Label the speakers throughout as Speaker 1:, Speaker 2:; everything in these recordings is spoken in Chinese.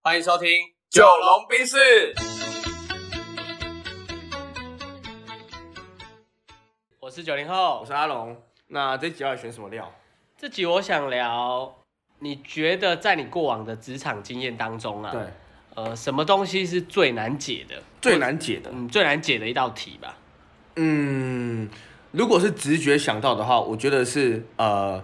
Speaker 1: 欢迎收听《
Speaker 2: 九龙冰室，
Speaker 1: 我是九零后
Speaker 2: 我。是阿龙。那这集要选什么料？
Speaker 1: 这集我想聊，你觉得在你过往的职场经验当中啊，，
Speaker 2: 对，
Speaker 1: 呃，什么东西是最难解的？
Speaker 2: 最难解的。
Speaker 1: 嗯，最难解的一道题吧。
Speaker 2: 嗯，如果是直觉想到的话，我觉得是呃，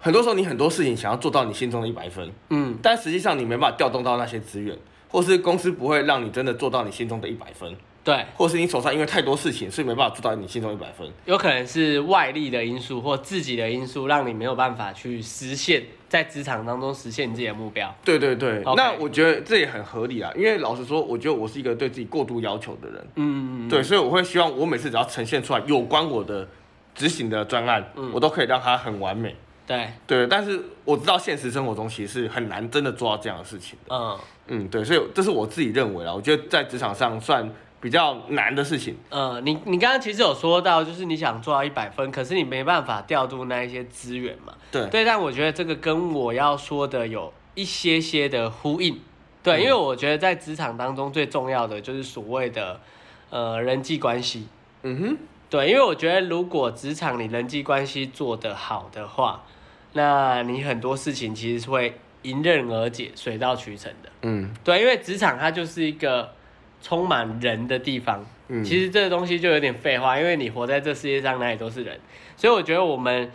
Speaker 2: 很多时候你很多事情想要做到你心中的一百分，
Speaker 1: 嗯，
Speaker 2: 但实际上你没办法调动到那些资源，或是公司不会让你真的做到你心中的一百分，
Speaker 1: 对，
Speaker 2: 或是你手上因为太多事情，所以没办法做到你心中一百分。
Speaker 1: 有可能是外力的因素或自己的因素，让你没有办法去实现在职场当中实现你自己的目标。
Speaker 2: 对对对
Speaker 1: OK
Speaker 2: 那我觉得这也很合理啊，因为老实说，我觉得我是一个对自己过度要求的人。
Speaker 1: 嗯，
Speaker 2: 对，所以我会希望我每次只要呈现出来有关我的执行的专案，
Speaker 1: 嗯
Speaker 2: 我都可以让它很完美。
Speaker 1: 对，
Speaker 2: 对，但是我知道现实生活中其实是很难真的做到这样的事情的。
Speaker 1: 嗯
Speaker 2: 嗯，对，所以这是我自己认为啦，我觉得在职场上算比较难的事情。
Speaker 1: 呃，你你刚刚其实有说到，就是你想做到一百分，可是你没办法调度那一些资源嘛。
Speaker 2: 对
Speaker 1: 对，但我觉得这个跟我要说的有一些些的呼应。
Speaker 2: 嗯
Speaker 1: 对，因为我觉得在职场当中最重要的就是所谓的呃人际关系。
Speaker 2: 嗯哼，
Speaker 1: 对，因为我觉得如果职场你人际关系做得好的话，那你很多事情其实是会迎刃而解、水到渠成的。
Speaker 2: 嗯
Speaker 1: 对，啊因为职场它就是一个充满人的地方。
Speaker 2: 嗯
Speaker 1: 其实这个东西就有点废话，因为你活在这世界上哪里都是人，所以我觉得我们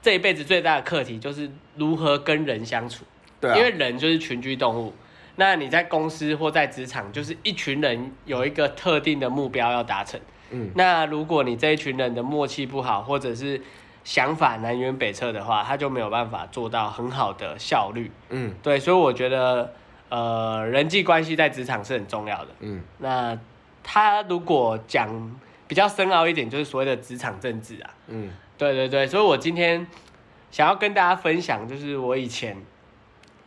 Speaker 1: 这一辈子最大的课题就是如何跟人相处。
Speaker 2: 对啊
Speaker 1: 因为人就是群居动物。那你在公司或在职场，就是一群人有一个特定的目标要达成。
Speaker 2: 嗯，
Speaker 1: 那如果你这一群人的默契不好，或者是想法南辕北辙的话，他就没有办法做到很好的效率。
Speaker 2: 嗯
Speaker 1: 对，所以我觉得，呃，人际关系在职场是很重要的。
Speaker 2: 嗯，
Speaker 1: 那他如果讲比较深奥一点，就是所谓的职场政治啊。
Speaker 2: 嗯
Speaker 1: 对对对，所以我今天想要跟大家分享，就是我以前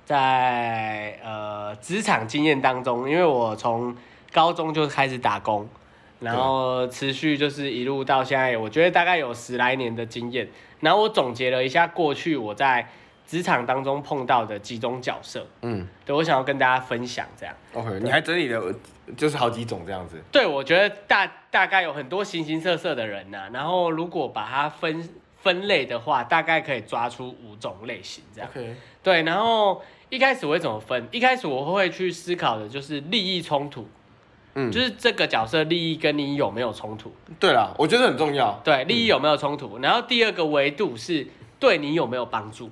Speaker 1: 在呃职场经验当中，因为我从高中就开始打工，然后持续就是一路到现在，我觉得大概有十来年的经验。然后我总结了一下过去我在职场当中碰到的几种角色，
Speaker 2: 嗯
Speaker 1: 对我想要跟大家分享这样。
Speaker 2: ，OK，你还整理了呃就是好几种这样子。
Speaker 1: 对，我觉得大大概有很多形形色色的人呐、然后如果把它分分类的话，大概可以抓出五种类型这样。
Speaker 2: OK，
Speaker 1: 对，然后一开始我会怎么分？一开始我会去思考的就是利益冲突，
Speaker 2: 嗯
Speaker 1: 就是这个角色利益跟你有没有冲突？
Speaker 2: 对啦，我觉得很重要。
Speaker 1: 对，利益有没有冲
Speaker 2: 嗯
Speaker 1: 突？然后第二个维度是对你有没有帮助？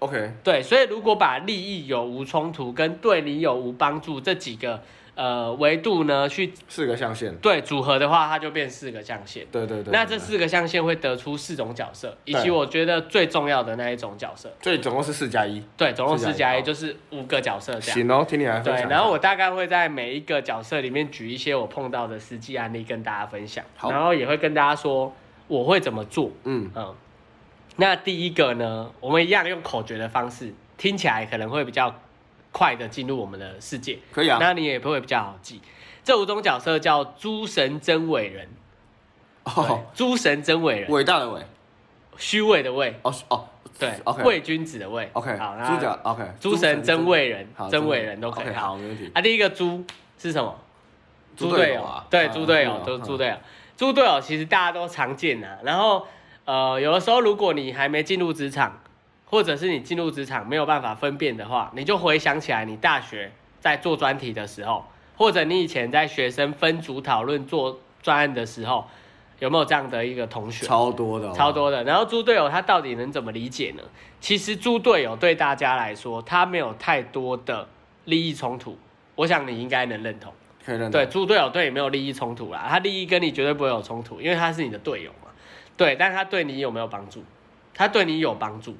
Speaker 2: OK，
Speaker 1: 对，所以如果把利益有无冲突跟对你有无帮助这几个呃维度呢去
Speaker 2: 四个象限。
Speaker 1: 对组合的话，它就变四个象限。
Speaker 2: 对对对。
Speaker 1: 那这
Speaker 2: 对
Speaker 1: 四个象限会得出四种角色，以及
Speaker 2: 对
Speaker 1: 我觉得最重要的那一种角色。
Speaker 2: 对，所以总共是四加一。
Speaker 1: 对，总共
Speaker 2: 四
Speaker 1: 四加
Speaker 2: 加
Speaker 1: 一
Speaker 2: 一
Speaker 1: 就是五个角色这样。
Speaker 2: 啊行哦，听你来分
Speaker 1: 对
Speaker 2: 享，一下。
Speaker 1: 然后我大概会在每一个角色里面举一些我碰到的实际案例跟大家分享，
Speaker 2: 好
Speaker 1: 然后也会跟大家说我会怎么做。
Speaker 2: 嗯
Speaker 1: 嗯，那第一个呢，我们一样用口诀的方式，听起来可能会比较快的进入我们的世界，
Speaker 2: 可以啊。
Speaker 1: 那你也不会比较好记。这五种角色叫诸神真伪人， 对
Speaker 2: 哦，
Speaker 1: 诸神真伪人，
Speaker 2: 伟大的伟，
Speaker 1: 虚伪的伪，
Speaker 2: 哦是哦，
Speaker 1: 对，
Speaker 2: ，OK
Speaker 1: 伪君子的伪。
Speaker 2: OK，
Speaker 1: 好，
Speaker 2: 猪脚
Speaker 1: 那
Speaker 2: OK，
Speaker 1: 诸神真伪人
Speaker 2: 好，
Speaker 1: 真伪人都可以。
Speaker 2: OK，
Speaker 1: 好
Speaker 2: 好，没问题。
Speaker 1: 啊，第一个猪是什么？
Speaker 2: 猪
Speaker 1: 猪
Speaker 2: 队
Speaker 1: 队
Speaker 2: 友啊
Speaker 1: 对，
Speaker 2: 啊
Speaker 1: 猪队友，
Speaker 2: 猪队
Speaker 1: 都
Speaker 2: 友
Speaker 1: 是猪队友。猪队友其实大家都常见啊。然后，呃，有的时候如果你还没进入职场，或者是你进入职场没有办法分辨的话，你就回想起来你大学在做专题的时候，或者你以前在学生分组讨论做专案的时候，有没有这样的一个同学？
Speaker 2: 超多的，
Speaker 1: 哎超。多的。然后猪队友他到底能怎么理解呢？其实猪队友对大家来说，他没有太多的利益冲突，我想你应该能认同。
Speaker 2: 可以认
Speaker 1: 对，，猪队友对你没有利益冲突啦，他利益跟你绝对不会有冲突，因为他是你的队友嘛。对，但他对你有没有帮助？他对你有帮助。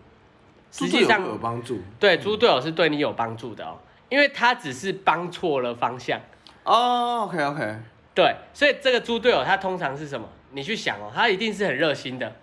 Speaker 2: 猪队
Speaker 1: 实际
Speaker 2: 友
Speaker 1: 上
Speaker 2: 会，有帮助
Speaker 1: 对猪队友是对你有帮助的哦，因为他只是帮错了方向。
Speaker 2: 哦。OK OK，
Speaker 1: 对，所以这个猪队友他通常是什么？你去想哦，他一定是很热心的，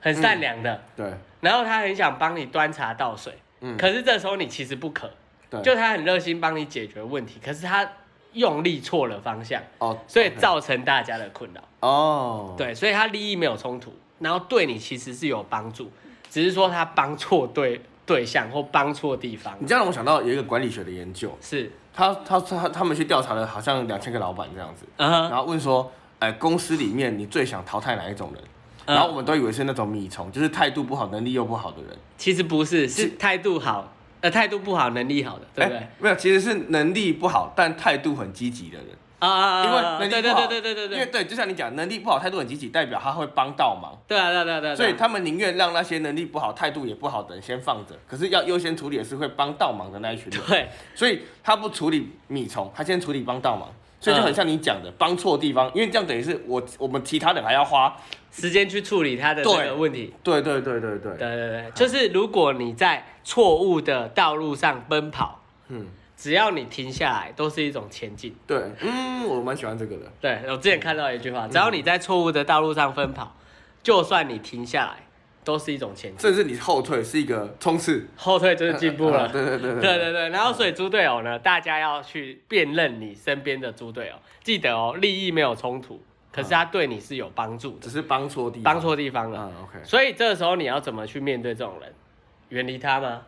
Speaker 1: 很
Speaker 2: 嗯
Speaker 1: 善良的，
Speaker 2: 对，
Speaker 1: 然后他很想帮你端茶倒水，
Speaker 2: 嗯
Speaker 1: 可是这时候你其实不可，
Speaker 2: 对，
Speaker 1: 就他很热心帮你解决问题，可是他用力错了方向，
Speaker 2: 哦，
Speaker 1: 所以
Speaker 2: OK
Speaker 1: 造成大家的困扰。
Speaker 2: 哦，，
Speaker 1: 对，所以他利益没有冲突，然后对你其实是有帮助，只是说他帮错对对象或帮错地方
Speaker 2: 你。这样让我想到有一个管理学的研究，
Speaker 1: 是，
Speaker 2: 他他他他们去调查了好像两千个老板这样子，
Speaker 1: 嗯哼
Speaker 2: 然后问说，哎、公司里面你最想淘汰哪一种人？
Speaker 1: 嗯
Speaker 2: 然后我们都以为是那种米虫，就是态度不好、能力又不好的人，
Speaker 1: 其实不是，是态度好，呃，态度不好，能力好的，对不对
Speaker 2: 哎？没有，其实是能力不好但态度很积极的人，
Speaker 1: 啊，
Speaker 2: 因为能力不
Speaker 1: 对对
Speaker 2: 好，
Speaker 1: 对对对对
Speaker 2: 因为
Speaker 1: 对，
Speaker 2: 对，就像你讲，能力不好、态度很积极，代表他会帮倒忙，
Speaker 1: 对啊对啊对啊对啊，
Speaker 2: 所以他们宁愿让那些能力不好、态度也不好的人先放着，可是要优先处理的是会帮倒忙的那一群人，
Speaker 1: 对
Speaker 2: 所以他不处理米虫，他先处理帮倒忙，所以
Speaker 1: 嗯
Speaker 2: 就很像你讲的，帮错地方，因为这样等于是我我们其他人还要花，
Speaker 1: 时间去处理他的这
Speaker 2: 对
Speaker 1: 个问题。
Speaker 2: 对对对对对，
Speaker 1: 对对对，就是如果你在错误的道路上奔跑，
Speaker 2: 嗯，
Speaker 1: 只要你停下来，都是一种前进。
Speaker 2: 对，嗯，我蛮喜欢这个的，
Speaker 1: 对我之前看到一句话，
Speaker 2: 嗯
Speaker 1: 只要你在错误的道路上奔跑，就算你停下来，都是一种前进。
Speaker 2: 甚至你后退是一个冲刺，
Speaker 1: 后退就是进步
Speaker 2: 啊
Speaker 1: 了。
Speaker 2: 对对对
Speaker 1: 对对对，然后所以猪队友呢，大家要去辨认你身边的猪队友，记得哦，利益没有冲突，可是他对你是有帮助的
Speaker 2: 只，是帮错地方，
Speaker 1: 帮错地方了。
Speaker 2: 嗯，OK，
Speaker 1: 所以这时候你要怎么去面对这种人？远离他吗？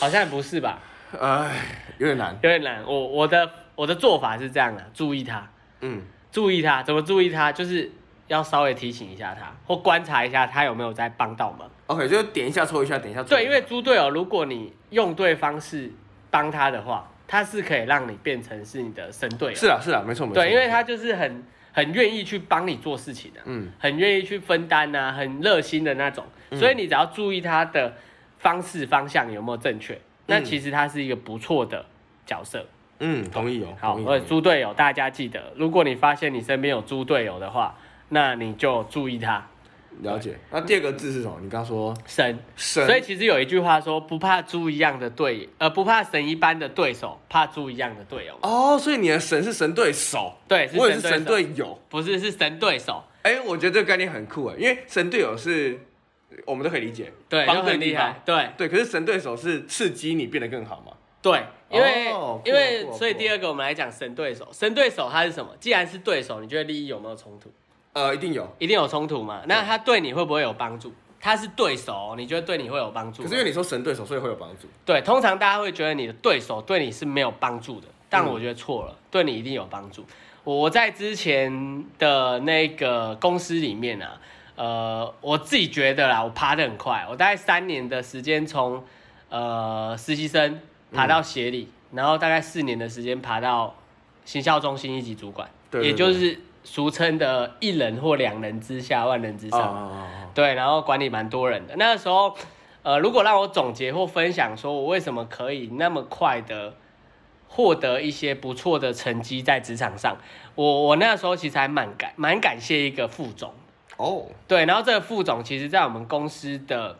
Speaker 1: 好像不是吧，
Speaker 2: 哎，有点难，
Speaker 1: 有点难。我我的我的做法是这样的、注意他，
Speaker 2: 嗯，
Speaker 1: 注意他，怎么注意他？就是要稍微提醒一下他，或观察一下他有没有在帮到忙。
Speaker 2: OK，就是点一下抽一下，点一下抽一下。
Speaker 1: 对，因为猪队友，如果你用对方式帮他的话，他是可以让你变成是你的神队友。
Speaker 2: 是啊是啊，没错没错。
Speaker 1: 对，因为他就是很很愿意去帮你做事情的、
Speaker 2: 嗯
Speaker 1: 很愿意去分担啊，很热心的那种。所以你只要注意他的方式方向有没有正确，那其实他是一个不错的角色。
Speaker 2: 嗯，同意哦。
Speaker 1: 好，
Speaker 2: 同意
Speaker 1: 而猪队友大家记得，如果你发现你身边有猪队友的话，那你就注意他
Speaker 2: 了解。那第二个字是什么？你刚刚说
Speaker 1: 神。
Speaker 2: 神，
Speaker 1: 所以其实有一句话说，不怕猪一样的队，呃，不怕神一般的对手，怕猪一样的队友。
Speaker 2: 哦，所以你的神是神对手，
Speaker 1: 对是
Speaker 2: 我也是神
Speaker 1: 神对
Speaker 2: 队友。
Speaker 1: 不是，是神对手，
Speaker 2: 哎，我觉得这个概念很酷哎，因为神队友是我们都可以理解，
Speaker 1: 对，
Speaker 2: 帮
Speaker 1: 就
Speaker 2: 对
Speaker 1: 很
Speaker 2: 地
Speaker 1: 厉
Speaker 2: 方
Speaker 1: 害，。对
Speaker 2: 对，可是神对手是刺激你变得更好嘛？
Speaker 1: 对，因为、
Speaker 2: 哦酷啊
Speaker 1: 因为
Speaker 2: 酷啊
Speaker 1: 所以
Speaker 2: 酷啊
Speaker 1: 第二个我们来讲神对手，神对手他是什么？既然是对手，你觉得利益有没有冲突？
Speaker 2: 呃，一定有。
Speaker 1: 一定有冲突嘛？那他对你会不会有帮助？他是对手哦，你觉得对你会有帮助
Speaker 2: 可
Speaker 1: 吗？
Speaker 2: 是因为你说神对手，所以会有帮助。
Speaker 1: 对，通常大家会觉得你的对手对你是没有帮助的，但
Speaker 2: 嗯
Speaker 1: 我觉得错了，对你一定有帮助。我在之前的那个公司里面啊，呃，我自己觉得啦，我爬得很快，我大概三年的时间从呃实习生爬
Speaker 2: 嗯
Speaker 1: 到协理，然后大概四年的时间爬到行销中心一级主管，
Speaker 2: 对对
Speaker 1: 也就是俗称的一人或两人之下，万人之
Speaker 2: 哦
Speaker 1: 上。
Speaker 2: 哦
Speaker 1: 对，然后管理蛮多人的。那个时候，呃，如果让我总结或分享，说我为什么可以那么快的获得一些不错的成绩在职场上，我我那时候其实还蛮感蛮感谢一个副总，
Speaker 2: 哦哦，
Speaker 1: 对，然后这个副总其实在我们公司的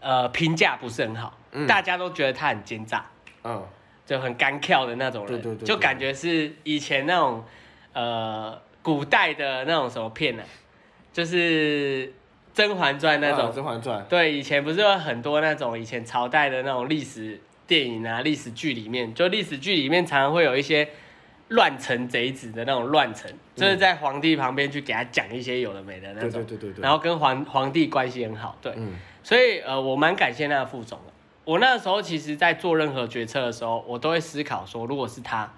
Speaker 1: 呃评价不是很好，
Speaker 2: 嗯
Speaker 1: 大家都觉得他很奸诈，
Speaker 2: 嗯，
Speaker 1: 就很干跳的那种人，
Speaker 2: 对对对对
Speaker 1: 就感觉是以前那种呃古代的那种什么片呢、啊就是《甄嬛传》那种
Speaker 2: 啊。甄嬛传》
Speaker 1: 对，以前不是有很多那种以前朝代的那种历史电影啊、历史剧里面，就历史剧里面常常会有一些乱臣贼子的那种乱臣，就是在皇帝旁边去给他讲一些有的没的那
Speaker 2: 对
Speaker 1: 种，
Speaker 2: 嗯对对对对。
Speaker 1: 然后跟皇皇帝关系很好，对，
Speaker 2: 嗯
Speaker 1: 所以呃，我蛮感谢那个副总的。我那时候其实，在做任何决策的时候，我都会思考说，如果是他，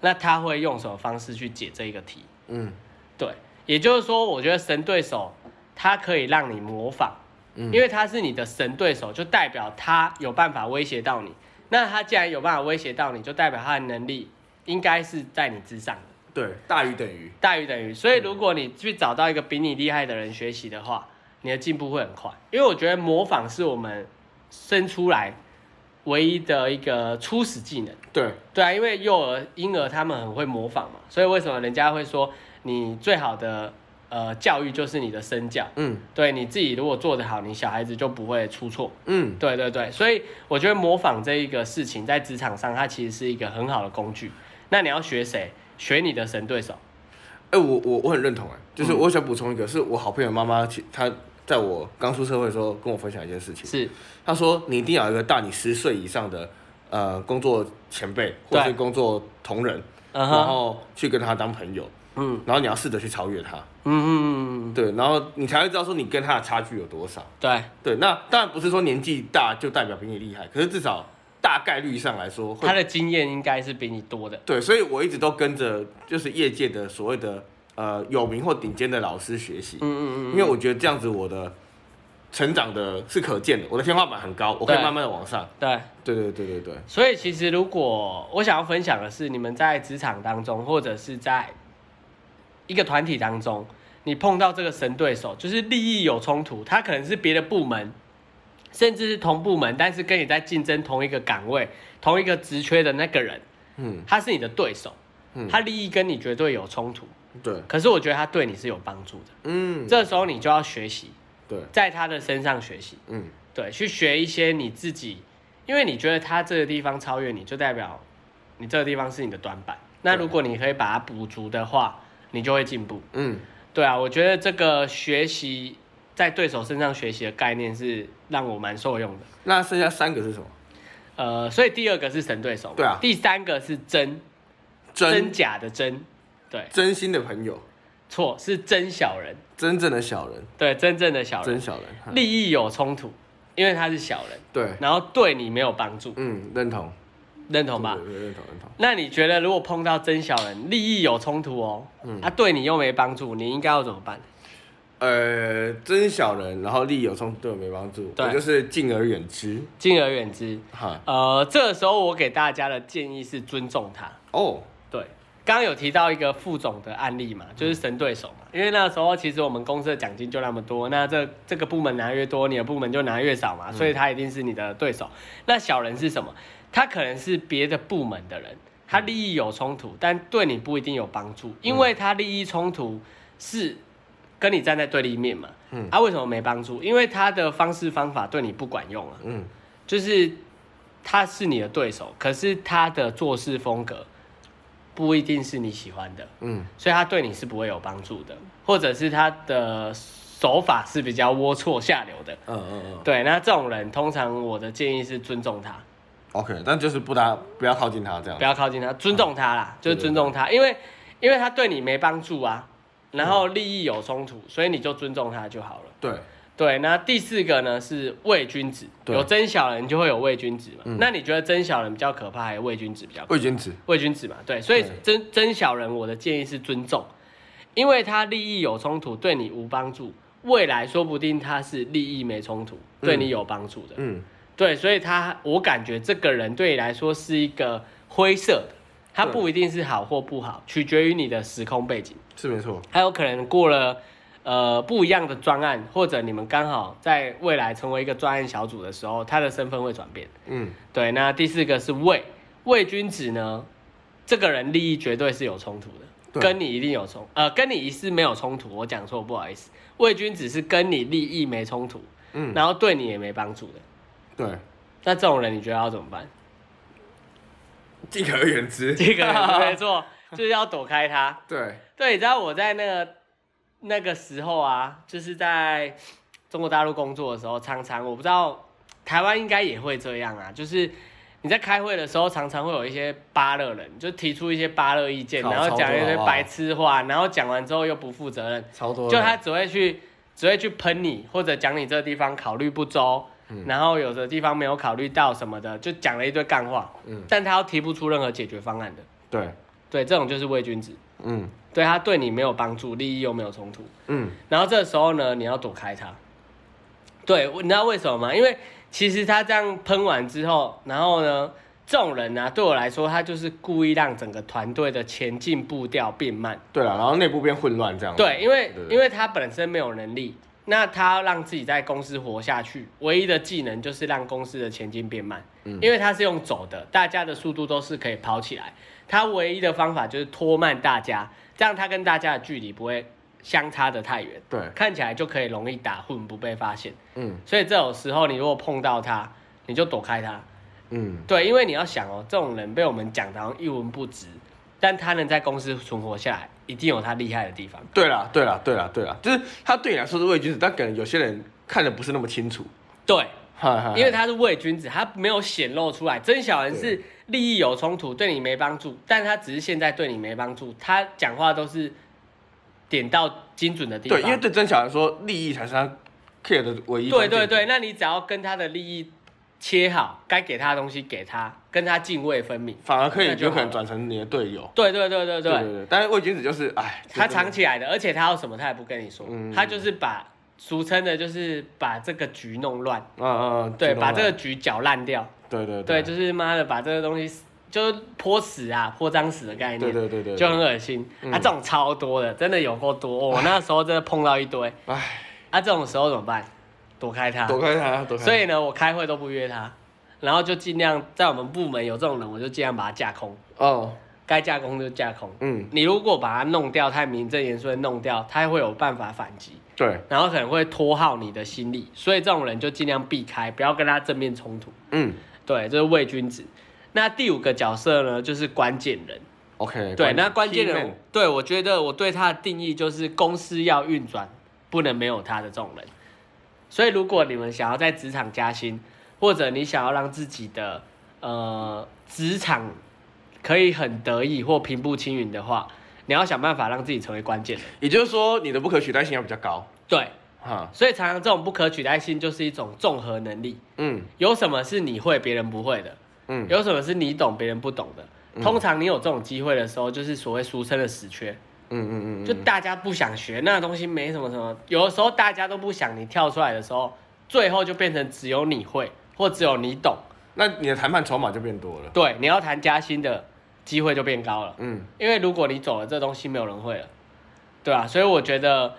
Speaker 1: 那他会用什么方式去解这一个题？
Speaker 2: 嗯
Speaker 1: 对，也就是说，我觉得神对手他可以让你模仿，
Speaker 2: 嗯
Speaker 1: 因为他是你的神对手，就代表他有办法威胁到你。那他既然有办法威胁到你，就代表他的能力应该是在你之上的。
Speaker 2: 对，大于等于。
Speaker 1: 大于等于。所以如果你去找到一个比你厉害的人学习的话，你的进步会很快。因为我觉得模仿是我们生出来唯一的一个初始技能。
Speaker 2: 对，
Speaker 1: 对啊，因为幼儿、婴儿他们很会模仿嘛，所以为什么人家会说你最好的呃教育就是你的身教？
Speaker 2: 嗯
Speaker 1: 对，你自己如果做得好，你小孩子就不会出错。
Speaker 2: 嗯，
Speaker 1: 对对对，所以我觉得模仿这一个事情在职场上，它其实是一个很好的工具。那你要学谁？学你的神对手。
Speaker 2: 哎、我我我很认同哎、
Speaker 1: 嗯
Speaker 2: 就是我想补充一个，是我好朋友妈妈，其她在我刚出社会的时候跟我分享一件事情，
Speaker 1: 是，
Speaker 2: 她说你一定要有一个大你十岁以上的呃工作前辈或
Speaker 1: 对
Speaker 2: 是工作同仁，
Speaker 1: 嗯
Speaker 2: 然
Speaker 1: 哼，
Speaker 2: 后去跟他当朋友，
Speaker 1: 嗯
Speaker 2: 然后你要试着去超越他，
Speaker 1: 嗯嗯嗯，嗯
Speaker 2: 对，然后你才会知道说你跟他的差距有多少。
Speaker 1: 对，
Speaker 2: 对，那当然不是说年纪大就代表比你厉害，可是至少大概率上来说会
Speaker 1: 他的经验应该是比你多的。
Speaker 2: 对，所以我一直都跟着就是业界的所谓的呃有名或顶尖的老师学习，
Speaker 1: 嗯嗯嗯
Speaker 2: 因为我觉得这样子我的成长的是可见的，我的天花板很高，我可以
Speaker 1: 对
Speaker 2: 慢慢的往上。
Speaker 1: 嗯，对。
Speaker 2: 对对对对对，
Speaker 1: 所以其实如果我想要分享的是，你们在职场当中，或者是在一个团体当中，你碰到这个神对手，就是利益有冲突，他可能是别的部门，甚至是同部门，但是跟你在竞争同一个岗位、同一个职缺的那个人，
Speaker 2: 嗯
Speaker 1: 他是你的对手
Speaker 2: 嗯，
Speaker 1: 他利益跟你绝对有冲突，
Speaker 2: 对，
Speaker 1: 可是我觉得他对你是有帮助的，
Speaker 2: 嗯
Speaker 1: 这时候你就要学习，
Speaker 2: 对，
Speaker 1: 在他的身上学习。
Speaker 2: 嗯
Speaker 1: 对，去学一些你自己，因为你觉得他这个地方超越你，就代表你这个地方是你的短板。那
Speaker 2: 对
Speaker 1: 如果你可以把它补足的话，你就会进步。
Speaker 2: 嗯
Speaker 1: 对啊，我觉得这个学习在对手身上学习的概念是让我蛮受用的。
Speaker 2: 那剩下三个是什么？
Speaker 1: 呃，所以第二个是神对手嘛，
Speaker 2: 对啊
Speaker 1: 第三个是真真
Speaker 2: 真
Speaker 1: 假的真，对，
Speaker 2: 真心的朋友，
Speaker 1: 错是真小人，
Speaker 2: 真正的小人，
Speaker 1: 对，真正的小人，
Speaker 2: 真小人。哈
Speaker 1: 利益有冲突，因为他是小人，
Speaker 2: 对，
Speaker 1: 然后对你没有帮助，
Speaker 2: 嗯，认同，
Speaker 1: 认同吧？
Speaker 2: 对对对认同认同。
Speaker 1: 那你觉得如果碰到真小人，利益有冲突哦，他、对你又没帮助，你应该要怎么办？
Speaker 2: 呃，真小人，然后利益有冲突对我没帮助，
Speaker 1: 对
Speaker 2: 我就是敬而远之。
Speaker 1: 敬而远之。
Speaker 2: 哈
Speaker 1: 呃，这个时候我给大家的建议是尊重他。
Speaker 2: 哦，
Speaker 1: 对，刚刚有提到一个副总的案例嘛，就是神对手嘛，因为那时候其实我们公司的奖金就那么多，那这这个部门拿越多，你的部门就拿越少嘛，所以他一定是你的对手。那小人是什么？他可能是别的部门的人，他利益有冲突，但对你不一定有帮助，因为他利益冲突是跟你站在对立面嘛。
Speaker 2: 嗯
Speaker 1: 他、为什么没帮助？因为他的方式方法对你不管用啊。
Speaker 2: 嗯，
Speaker 1: 就是他是你的对手，可是他的做事风格不一定是你喜欢的，
Speaker 2: 嗯
Speaker 1: 所以他对你是不会有帮助的，或者是他的手法是比较龌龊下流的。
Speaker 2: 嗯嗯嗯
Speaker 1: 对，那这种人通常我的建议是尊重他，
Speaker 2: ，OK，但就是不搭，不要靠近他这样
Speaker 1: 不。要靠近他，尊重他啦，就是
Speaker 2: 对对
Speaker 1: 尊重他，因为因为他对你没帮助啊，然后利益有冲突，所以你就尊重他就好了。
Speaker 2: 对，
Speaker 1: 对，那第四个呢是伪君子，
Speaker 2: 对
Speaker 1: 有真小人就会有伪君子嘛。
Speaker 2: 嗯
Speaker 1: 那你觉得真小人比较可怕，还是伪君子比较可怕？
Speaker 2: 魏君子。
Speaker 1: 伪君子嘛，对，所以
Speaker 2: 对
Speaker 1: 真真小人，我的建议是尊重，因为他利益有冲突，对你无帮助，未来说不定他是利益没冲突，对你有帮助的。
Speaker 2: 嗯，
Speaker 1: 对，所以他我感觉这个人对你来说是一个灰色的，他
Speaker 2: 对
Speaker 1: 不一定是好或不好，取决于你的时空背景。
Speaker 2: 是没错。
Speaker 1: 还有可能过了呃不一样的专案，或者你们刚好在未来成为一个专案小组的时候，他的身份会转变。
Speaker 2: 嗯
Speaker 1: 对，那第四个是魏魏君子呢，这个人利益绝对是有冲突
Speaker 2: 对
Speaker 1: 的，跟你一定有冲呃跟你一是没有冲突，我讲错不好意思，魏君子是跟你利益没冲突，
Speaker 2: 嗯，
Speaker 1: 然后对你也没帮助的，
Speaker 2: 对，
Speaker 1: 那这种人你觉得要怎么办？
Speaker 2: 敬而远之。
Speaker 1: 这个人 没错，就是要躲开他。
Speaker 2: 对，
Speaker 1: 对，你知道我在那个那个时候啊，就是在中国大陆工作的时候，常常我不知道台湾应该也会这样啊，就是你在开会的时候，常常会有一些巴勒人，就提出一些巴勒意见，
Speaker 2: 靠
Speaker 1: 然后讲一
Speaker 2: 超
Speaker 1: 些
Speaker 2: 多好不好
Speaker 1: 白痴话，然后讲完之后又不负责任，
Speaker 2: 超多
Speaker 1: 就他只会去只会去喷你，或者讲你这个地方考虑不周。
Speaker 2: 嗯
Speaker 1: 然后有的地方没有考虑到什么的，就讲了一堆干话，
Speaker 2: 嗯
Speaker 1: 但他又提不出任何解决方案的，
Speaker 2: 对，
Speaker 1: 对，这种就是伪君子。
Speaker 2: 嗯
Speaker 1: 对他对你没有帮助，利益又没有冲突，
Speaker 2: 嗯
Speaker 1: 然后这时候呢，你要躲开他。对，你知道为什么吗？因为其实他这样喷完之后，然后呢，这种人呢、啊，对我来说，他就是故意让整个团队的前进步调变慢。
Speaker 2: 对了，然后内部变混乱这样。
Speaker 1: 对，因为
Speaker 2: 哦对对
Speaker 1: 因为他本身没有能力，那他要让自己在公司活下去，唯一的技能就是让公司的前进变慢。
Speaker 2: 嗯
Speaker 1: 因为他是用走的，大家的速度都是可以跑起来，他唯一的方法就是拖慢大家，这样他跟大家的距离不会相差的太远，
Speaker 2: 对，
Speaker 1: 看起来就可以容易打混不被发现。
Speaker 2: 嗯
Speaker 1: 所以这种时候，你如果碰到他，你就躲开他。
Speaker 2: 嗯
Speaker 1: 对，因为你要想哦，这种人被我们讲的好像一文不值，但他能在公司存活下来，一定有他厉害的地方。
Speaker 2: 对啦，对啦，对啦，对啦，就是他对你来说是魏君子，但可能有些人看的不是那么清楚，
Speaker 1: 对，
Speaker 2: 哈哈哈
Speaker 1: 因为他是伪君子，他没有显露出来。真小人是利益有冲突，对你没帮助，但他只是现在对你没帮助，他讲话都是点到精准的地方。
Speaker 2: 对，因为对曾小来说，利益才是他 care 的唯一。
Speaker 1: 对对对，，那你只要跟他的利益切好，该给他的东西给他，跟他泾渭分明。
Speaker 2: 反而可以
Speaker 1: 那就
Speaker 2: 有可
Speaker 1: 好
Speaker 2: 能转成你的队友。
Speaker 1: 对对对对对，
Speaker 2: 对对，但是魏君子就是，哎，
Speaker 1: 他
Speaker 2: 这真的
Speaker 1: 藏起来的，而且他要什么他也不跟你说，
Speaker 2: 嗯
Speaker 1: 他就是把俗称的就是把这个局弄乱，
Speaker 2: 嗯嗯，
Speaker 1: 对，把这个
Speaker 2: 个，
Speaker 1: 局搅烂掉，
Speaker 2: 对对啊
Speaker 1: 对，就是妈的把这个东西就是泼屎啊泼脏屎的概念，
Speaker 2: 对对对对，嗯
Speaker 1: 就很恶心。啊，这种超多的，真的有够多、我那时候真的碰到一堆。
Speaker 2: 哎，
Speaker 1: 啊，这种时候怎么办？躲开他。
Speaker 2: 躲开他，躲开他。
Speaker 1: 所以呢，我开会都不约他，然后就尽量在我们部门有这种人，我就尽量把他架空，
Speaker 2: 哦，
Speaker 1: 该架空就架空。
Speaker 2: 嗯，
Speaker 1: 你如果把他弄掉，太名正言顺地弄掉，他会有办法反击，
Speaker 2: 对，
Speaker 1: 然后可能会拖耗你的心力，所以这种人就尽量避开，不要跟他正面冲突。
Speaker 2: 嗯
Speaker 1: 对，这是伪君子。那第五个角色呢，就是关键人。
Speaker 2: ，OK，
Speaker 1: 对，那关键
Speaker 2: key
Speaker 1: 人
Speaker 2: man，
Speaker 1: 对我觉得我对他的定义就是公司要运转，不能没有他的这种人。所以，如果你们想要在职场加薪，或者你想要让自己的呃职场可以很得意或平步青云的话，你要想办法让自己成为关键人。
Speaker 2: 也就是说你的不可取代性要比较高，
Speaker 1: 对，
Speaker 2: 哈，
Speaker 1: 所以常常这种不可取代性就是一种综合能力，
Speaker 2: 嗯
Speaker 1: 有什么是你会别人不会的，
Speaker 2: 嗯，
Speaker 1: 有什么是你懂别人不懂的。通常你有这种机会的时候，就是所谓俗称的死缺。
Speaker 2: 嗯嗯嗯，
Speaker 1: 就大家不想学那个东西，没什么什么。有的时候大家都不想，你跳出来的时候，最后就变成只有你会，或只有你懂。
Speaker 2: 那你的谈判筹码就变多了，
Speaker 1: 对，你要谈加薪的机会就变高了，
Speaker 2: 嗯，
Speaker 1: 因为如果你走了，这东西没有人会了，对啊，所以我觉得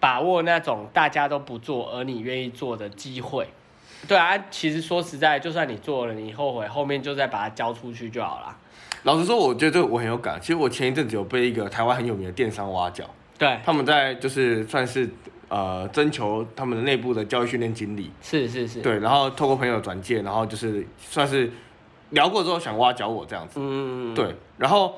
Speaker 1: 把握那种大家都不做而你愿意做的机会，对啊。其实说实在，就算你做了，你后悔，后面就再把它交出去就好了。
Speaker 2: 老实说，我觉得这个我很有感。其实我前一阵子有被一个台湾很有名的电商挖角，
Speaker 1: 对，
Speaker 2: 他们在就是算是呃征求他们内部的教育训练经理，
Speaker 1: 是是是，
Speaker 2: 对，然后透过朋友转介，然后就是算是聊过之后想挖角我这样子，
Speaker 1: 嗯，
Speaker 2: 对，然后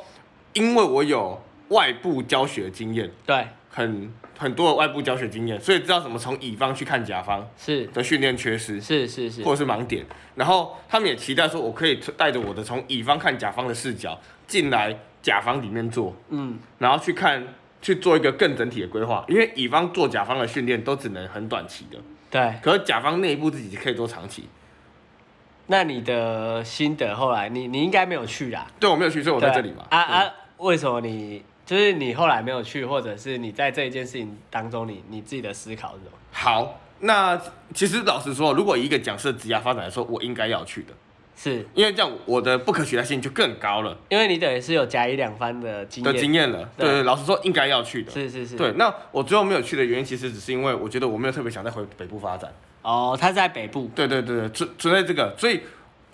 Speaker 2: 因为我有外部教学经验，
Speaker 1: 对，
Speaker 2: 很很多的外部教学经验，所以知道怎么从乙方去看甲方
Speaker 1: 是
Speaker 2: 的训练缺失
Speaker 1: 是是是
Speaker 2: 或，者是盲点，然后他们也期待说我可以带着我的从乙方看甲方的视角进来甲方里面做，
Speaker 1: 嗯，
Speaker 2: 然后去看去做一个更整体的规划，因为乙方做甲方的训练都只能很短期的，
Speaker 1: 对。
Speaker 2: 可是甲方内部自己可以做长期。
Speaker 1: 那你的心得后来，你你应该没有去啦，
Speaker 2: 对，我没有去，所以我
Speaker 1: 我
Speaker 2: 在这里嘛。嗯
Speaker 1: 啊
Speaker 2: 对，
Speaker 1: 啊，为什么你就是你后来没有去，或者是你在这一件事情当中你，你自己的思考是什么？
Speaker 2: 好，那其实老实说，如果以一个讲师的职业发展来说，我应该要去的，
Speaker 1: 是
Speaker 2: 因为这样我的不可取代性就更高了
Speaker 1: 因为你等于是有甲乙两番的经
Speaker 2: 的
Speaker 1: 验，
Speaker 2: 经验了。
Speaker 1: 对
Speaker 2: 对对，老实说应该要去的。
Speaker 1: 是是是，
Speaker 2: 对，那我最后没有去的原因，其实只是因为我觉得我没有特别想再回北部发展。
Speaker 1: 哦，他是在北部，
Speaker 2: 对对对，对存存在这个，所以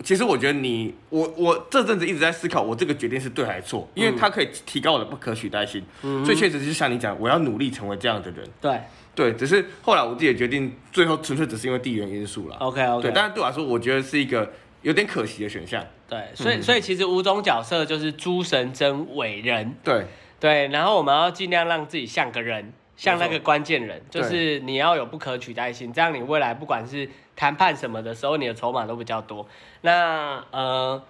Speaker 2: 其实我觉得你，我我这阵子一直在思考，我这个决定是对还是错，因
Speaker 1: 嗯
Speaker 2: 为它可以提高我的不可取代性。所以确实就像你讲，我要努力成为这样的人。
Speaker 1: 对
Speaker 2: 对，只是后来我自己的决定，最后纯粹只是因为地缘因素啦。
Speaker 1: ，OK OK，
Speaker 2: 对，但是对我来说，我觉得是一个有点可惜的选项。
Speaker 1: 对，所以
Speaker 2: 嗯
Speaker 1: 所以其实五种角色就是诸神真伟人，
Speaker 2: 对，
Speaker 1: 对，然后我们要尽量让自己像个人，像那个关键人，
Speaker 2: 对
Speaker 1: 就是你要有不可取代性，这样你未来不管是谈判什么的时候，你的筹码都比较多。那呃，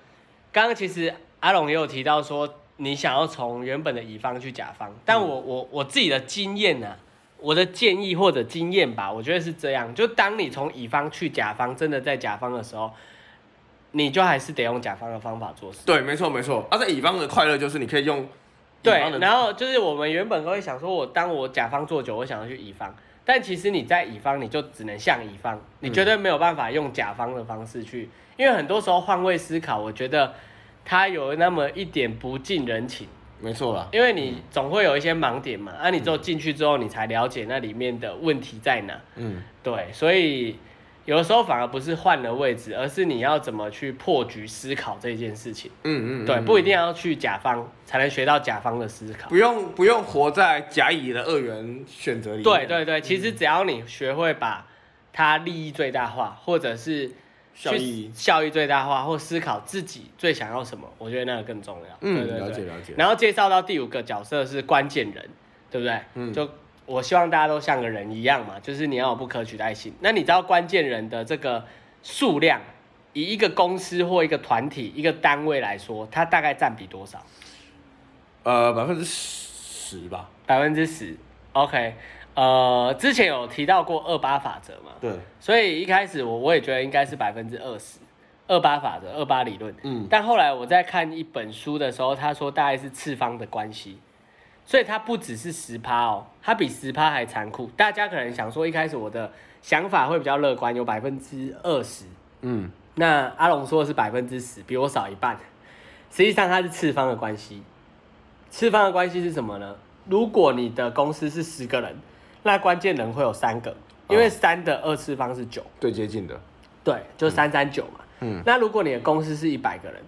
Speaker 1: 刚刚其实阿龙也有提到说，你想要从原本的乙方去甲方，但我、我我自己的经验呢、啊，我的建议或者经验吧，我觉得是这样，就当你从乙方去甲方，真的在甲方的时候，你就还是得用甲方的方法做事。
Speaker 2: 对，没错没错。啊，在乙方的快乐就是你可以用乙
Speaker 1: 对
Speaker 2: 方，的，
Speaker 1: 然后就是我们原本都会想说，我当我甲方做久，我想要去乙方，但其实你在乙方，你就只能像乙方，你绝
Speaker 2: 嗯
Speaker 1: 对没有办法用甲方的方式去，因为很多时候换位思考，我觉得它有那么一点不近人情，
Speaker 2: 没错啦。
Speaker 1: 因为你总会有一些盲点嘛，啊，你只有进去之后，你才了解那里面的问题在哪，
Speaker 2: 嗯，
Speaker 1: 对，所以有的时候反而不是换了位置，而是你要怎么去破局思考这件事情，
Speaker 2: 嗯嗯，
Speaker 1: 对，
Speaker 2: 嗯
Speaker 1: 不一定要去甲方才能学到甲方的思考。
Speaker 2: 不用不用活在甲乙的二元选择里面。
Speaker 1: 对，对对，其
Speaker 2: 嗯
Speaker 1: 实只要你学会把它利益最大化，或者是
Speaker 2: 效
Speaker 1: 去
Speaker 2: 益
Speaker 1: 效益最大化，或思考自己最想要什么，我觉得那个更重要。
Speaker 2: 嗯，
Speaker 1: 对对对
Speaker 2: 了解了解。
Speaker 1: 然后介绍到第五个角色是关键人，对不对？
Speaker 2: 嗯
Speaker 1: 就我希望大家都像个人一样嘛，就是你要有不可取代性。那你知道关键人的这个数量以一个公司或一个团体、一个单位来说，它大概占比多少？
Speaker 2: 呃，百分之十吧。
Speaker 1: 百分之十。OK，呃，之前有提到过二八法则嘛？
Speaker 2: 对，
Speaker 1: 所以一开始我我也觉得应该是百分之二十，二八法则，二八理论。
Speaker 2: 嗯
Speaker 1: 但后来我在看一本书的时候，他说大概是次方的关系，所以它不只是十趴哦，它比十趴还残酷。大家可能想说，一开始我的想法会比较乐观，有百分之二十，
Speaker 2: 嗯，
Speaker 1: 那阿龙说的是百分之十，比我少一半。实际上它是次方的关系，次方的关系是什么呢？如果你的公司是十个人，那关键人会有三个，因为三的二次方是九、
Speaker 2: 最接近的。
Speaker 1: 对，就三三九嘛。
Speaker 2: 嗯
Speaker 1: 那如果你的公司是一百个人，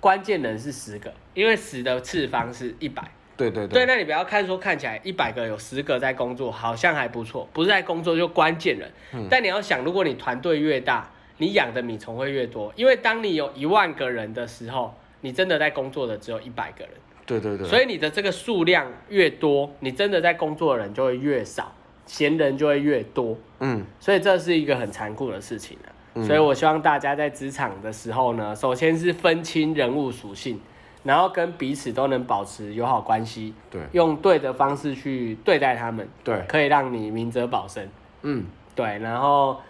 Speaker 1: 关键人是十个，因为十的次方是一百。
Speaker 2: 对对
Speaker 1: 对，那你不要看说看起来一百个有十个在工作，好像还不错，不是在工作就关键人。
Speaker 2: 嗯
Speaker 1: 但你要想，如果你团队越大，你养的米虫会越多，因为当你有一万个人的时候，你真的在工作的只有一百个人。
Speaker 2: 对对对
Speaker 1: 所
Speaker 2: 以
Speaker 1: 以你的这个数量越多，你真的在工作的人就会越少，闲人就会越多，
Speaker 2: 嗯，
Speaker 1: 所以这是一个很残酷的事情啊。所以我希望大家在职场的时候呢，首先是分清人物属性，然后跟彼此都能保持友好关系，
Speaker 2: 对
Speaker 1: 用对的方式去对待他们，
Speaker 2: 对，
Speaker 1: 可以让你明哲保身。
Speaker 2: 嗯，
Speaker 1: 对，然后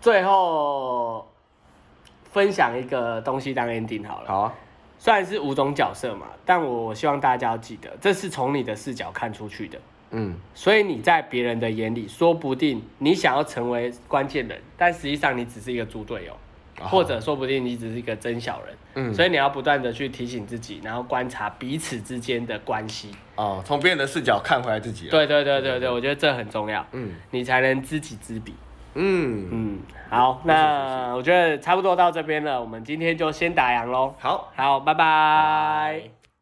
Speaker 1: 最后分享一个东西当 ending 好了。
Speaker 2: 好啊，
Speaker 1: 虽然是五种角色嘛，但我希望大家要记得，这是从你的视角看出去的，
Speaker 2: 嗯，
Speaker 1: 所以你在别人的眼里，说不定你想要成为关键人，但实际上你只是一个猪队友，
Speaker 2: 啊
Speaker 1: 或者说不定你只是一个真小人。
Speaker 2: 嗯
Speaker 1: 所以你要不断的去提醒自己，然后观察彼此之间的关系。
Speaker 2: 哦，从别人的视角看回来自己。，
Speaker 1: 对对对对对，我觉得这很重要，
Speaker 2: 嗯
Speaker 1: 你才能知己知彼。
Speaker 2: 嗯，
Speaker 1: 嗯，好，那我觉得差不多到这边了，我们今天就先打烊喽。
Speaker 2: 好。
Speaker 1: 好，拜拜